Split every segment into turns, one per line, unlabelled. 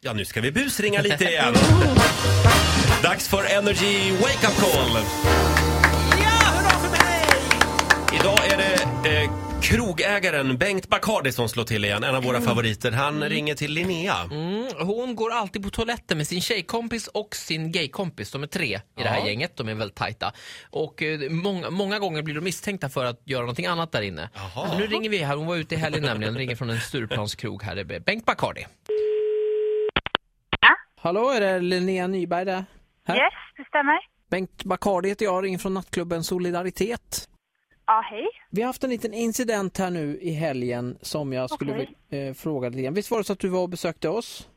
Ja, nu ska vi busringa lite igen. Dags för Energy Wake Up Call.
Ja, hurra för mig!
Idag är det eh, krogägaren Bengt Bacardi som slår till igen. En av våra favoriter. Han ringer till Linnea.
Mm, hon går alltid på toaletten med sin tjejkompis och sin gaykompis. De är tre i det här gänget. De är väldigt tajta. Och eh, många, många gånger blir de misstänkta för att göra någonting annat där inne.
Jaha.
Så nu ringer vi här. Hon var ute i helgen nämligen. Ringer från en Stureplanskrog här. Det är Bengt Bacardi.
Ja.
Hallå, är det Linnea Nyberg där? Här?
Yes, det stämmer.
Bengt Bacardi heter jag. Ringer från nattklubben Solidaritet.
Ja, hej.
Vi har haft en liten incident här nu i helgen som jag skulle
Okej.
vilja eh, fråga lite grann. Visst var det så att du var och besökte oss?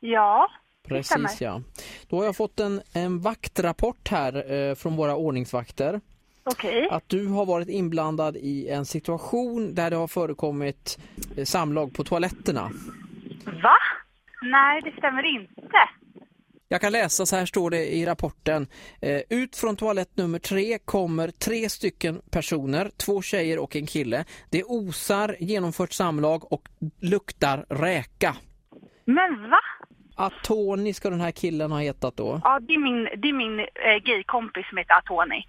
Ja, stämmer.
Precis ja. Då har jag fått en, en vaktrapport här eh, från våra ordningsvakter.
Mm. okej.
Att du har varit inblandad i en situation där det har förekommit eh, samlag på toaletterna.
Va? Nej, det stämmer inte.
Jag kan läsa, så här står det i rapporten. Eh, ut från toalett nummer tre kommer tre stycken personer, två tjejer och en kille. Det osar genomfört samlag och luktar räka.
Men va?
Atoni ska den här killen ha hetat då.
Ja, det är min, det är min eh, gaykompis som heter Tony.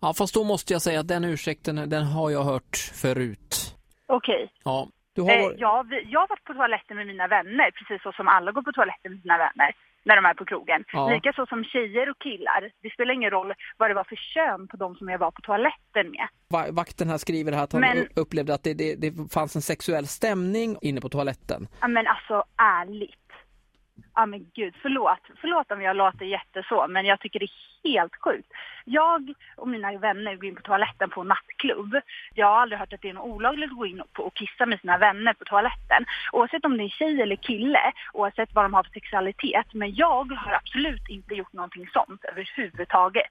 Ja, fast då måste jag säga att den ursäkten, den har jag hört förut.
Okej.
Ja, du har
Eh,
varit...
ja, vi- jag har varit på toaletten med mina vänner, precis så som alla går på toaletten med sina vänner när de är på krogen.
Ja.
Likaså som tjejer och killar. Det spelar ingen roll vad det var för kön på de som jag var på toaletten med.
Va- Vakten här skriver här att han
Men-
u- upplevde att det, det, det fanns en sexuell stämning inne på toaletten.
Ja, men alltså ärligt. Ja, men gud, förlåt. Förlåt om jag låter jätteså, men jag tycker det är helt sjukt. Jag och mina vänner går in på toaletten på en nattklubb. Jag har aldrig hört att det är något olagligt att gå in på och kissa med sina vänner på toaletten. Oavsett om det är tjej eller kille, oavsett vad de har för sexualitet. Men jag har absolut inte gjort någonting sånt överhuvudtaget.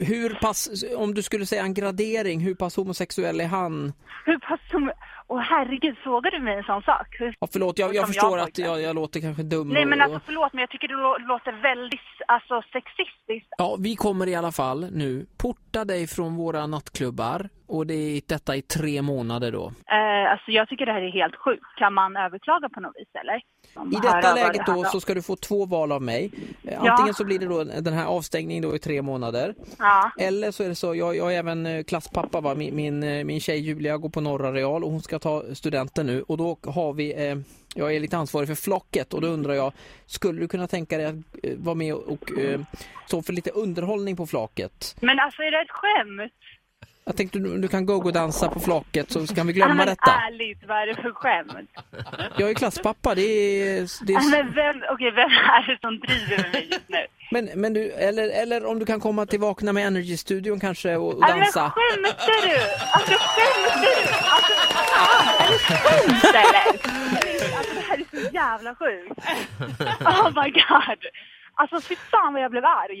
Hur pass, om du skulle säga en gradering, hur pass homosexuell är han?
Hur pass som... Åh herregud, frågar du mig en sån sak? Hur...
Ja, förlåt, jag, jag
Som jag
förstår att
pojkar.
jag, jag låter kanske dum.
Nej
och-
men alltså
och-
förlåt, men jag tycker det lå- låter väldigt alltså, sexistiskt.
Ja, vi kommer i alla fall nu porta dig från våra nattklubbar och det är detta i tre månader då.
Eh, alltså jag tycker det här är helt sjukt. Kan man överklaga på något vis eller? Om
I
man hör
detta
vad det
läget då
handlar
så
om.
ska du få två val av mig. Eh,
Ja.
Antingen så blir det då den här avstängningen då i tre månader.
Ja,
Eller så är det så, jag, jag är även eh, klasspappa va, min, min, eh, min tjej Julia går på Norra Real och hon ska ta studenten nu och då har vi, eh, jag är lite ansvarig för flocket och då
Mm.
undrar jag, skulle du kunna tänka dig att eh, vara med och, och eh, stå för lite underhållning på flaket?
men alltså är det ett skämt?
Jag tänkte du, du kan gå och dansa på flaket så kan vi glömma
men
detta.
ärligt, vad är det för skämt?
Jag är klasspappa, det är... Det
Ja,
är
men vem, okej, vem är det som driver med mig just nu?
men, men du, eller, eller om du kan komma till Vakna med Energy-studion kanske och, och
Ja, men
dansa.
skämtar du? Alltså skämtar du? Alltså fan, är det skämt eller? Alltså det här är så jävla sjukt. Oh my god. Alltså fy fan vad jag blev arg.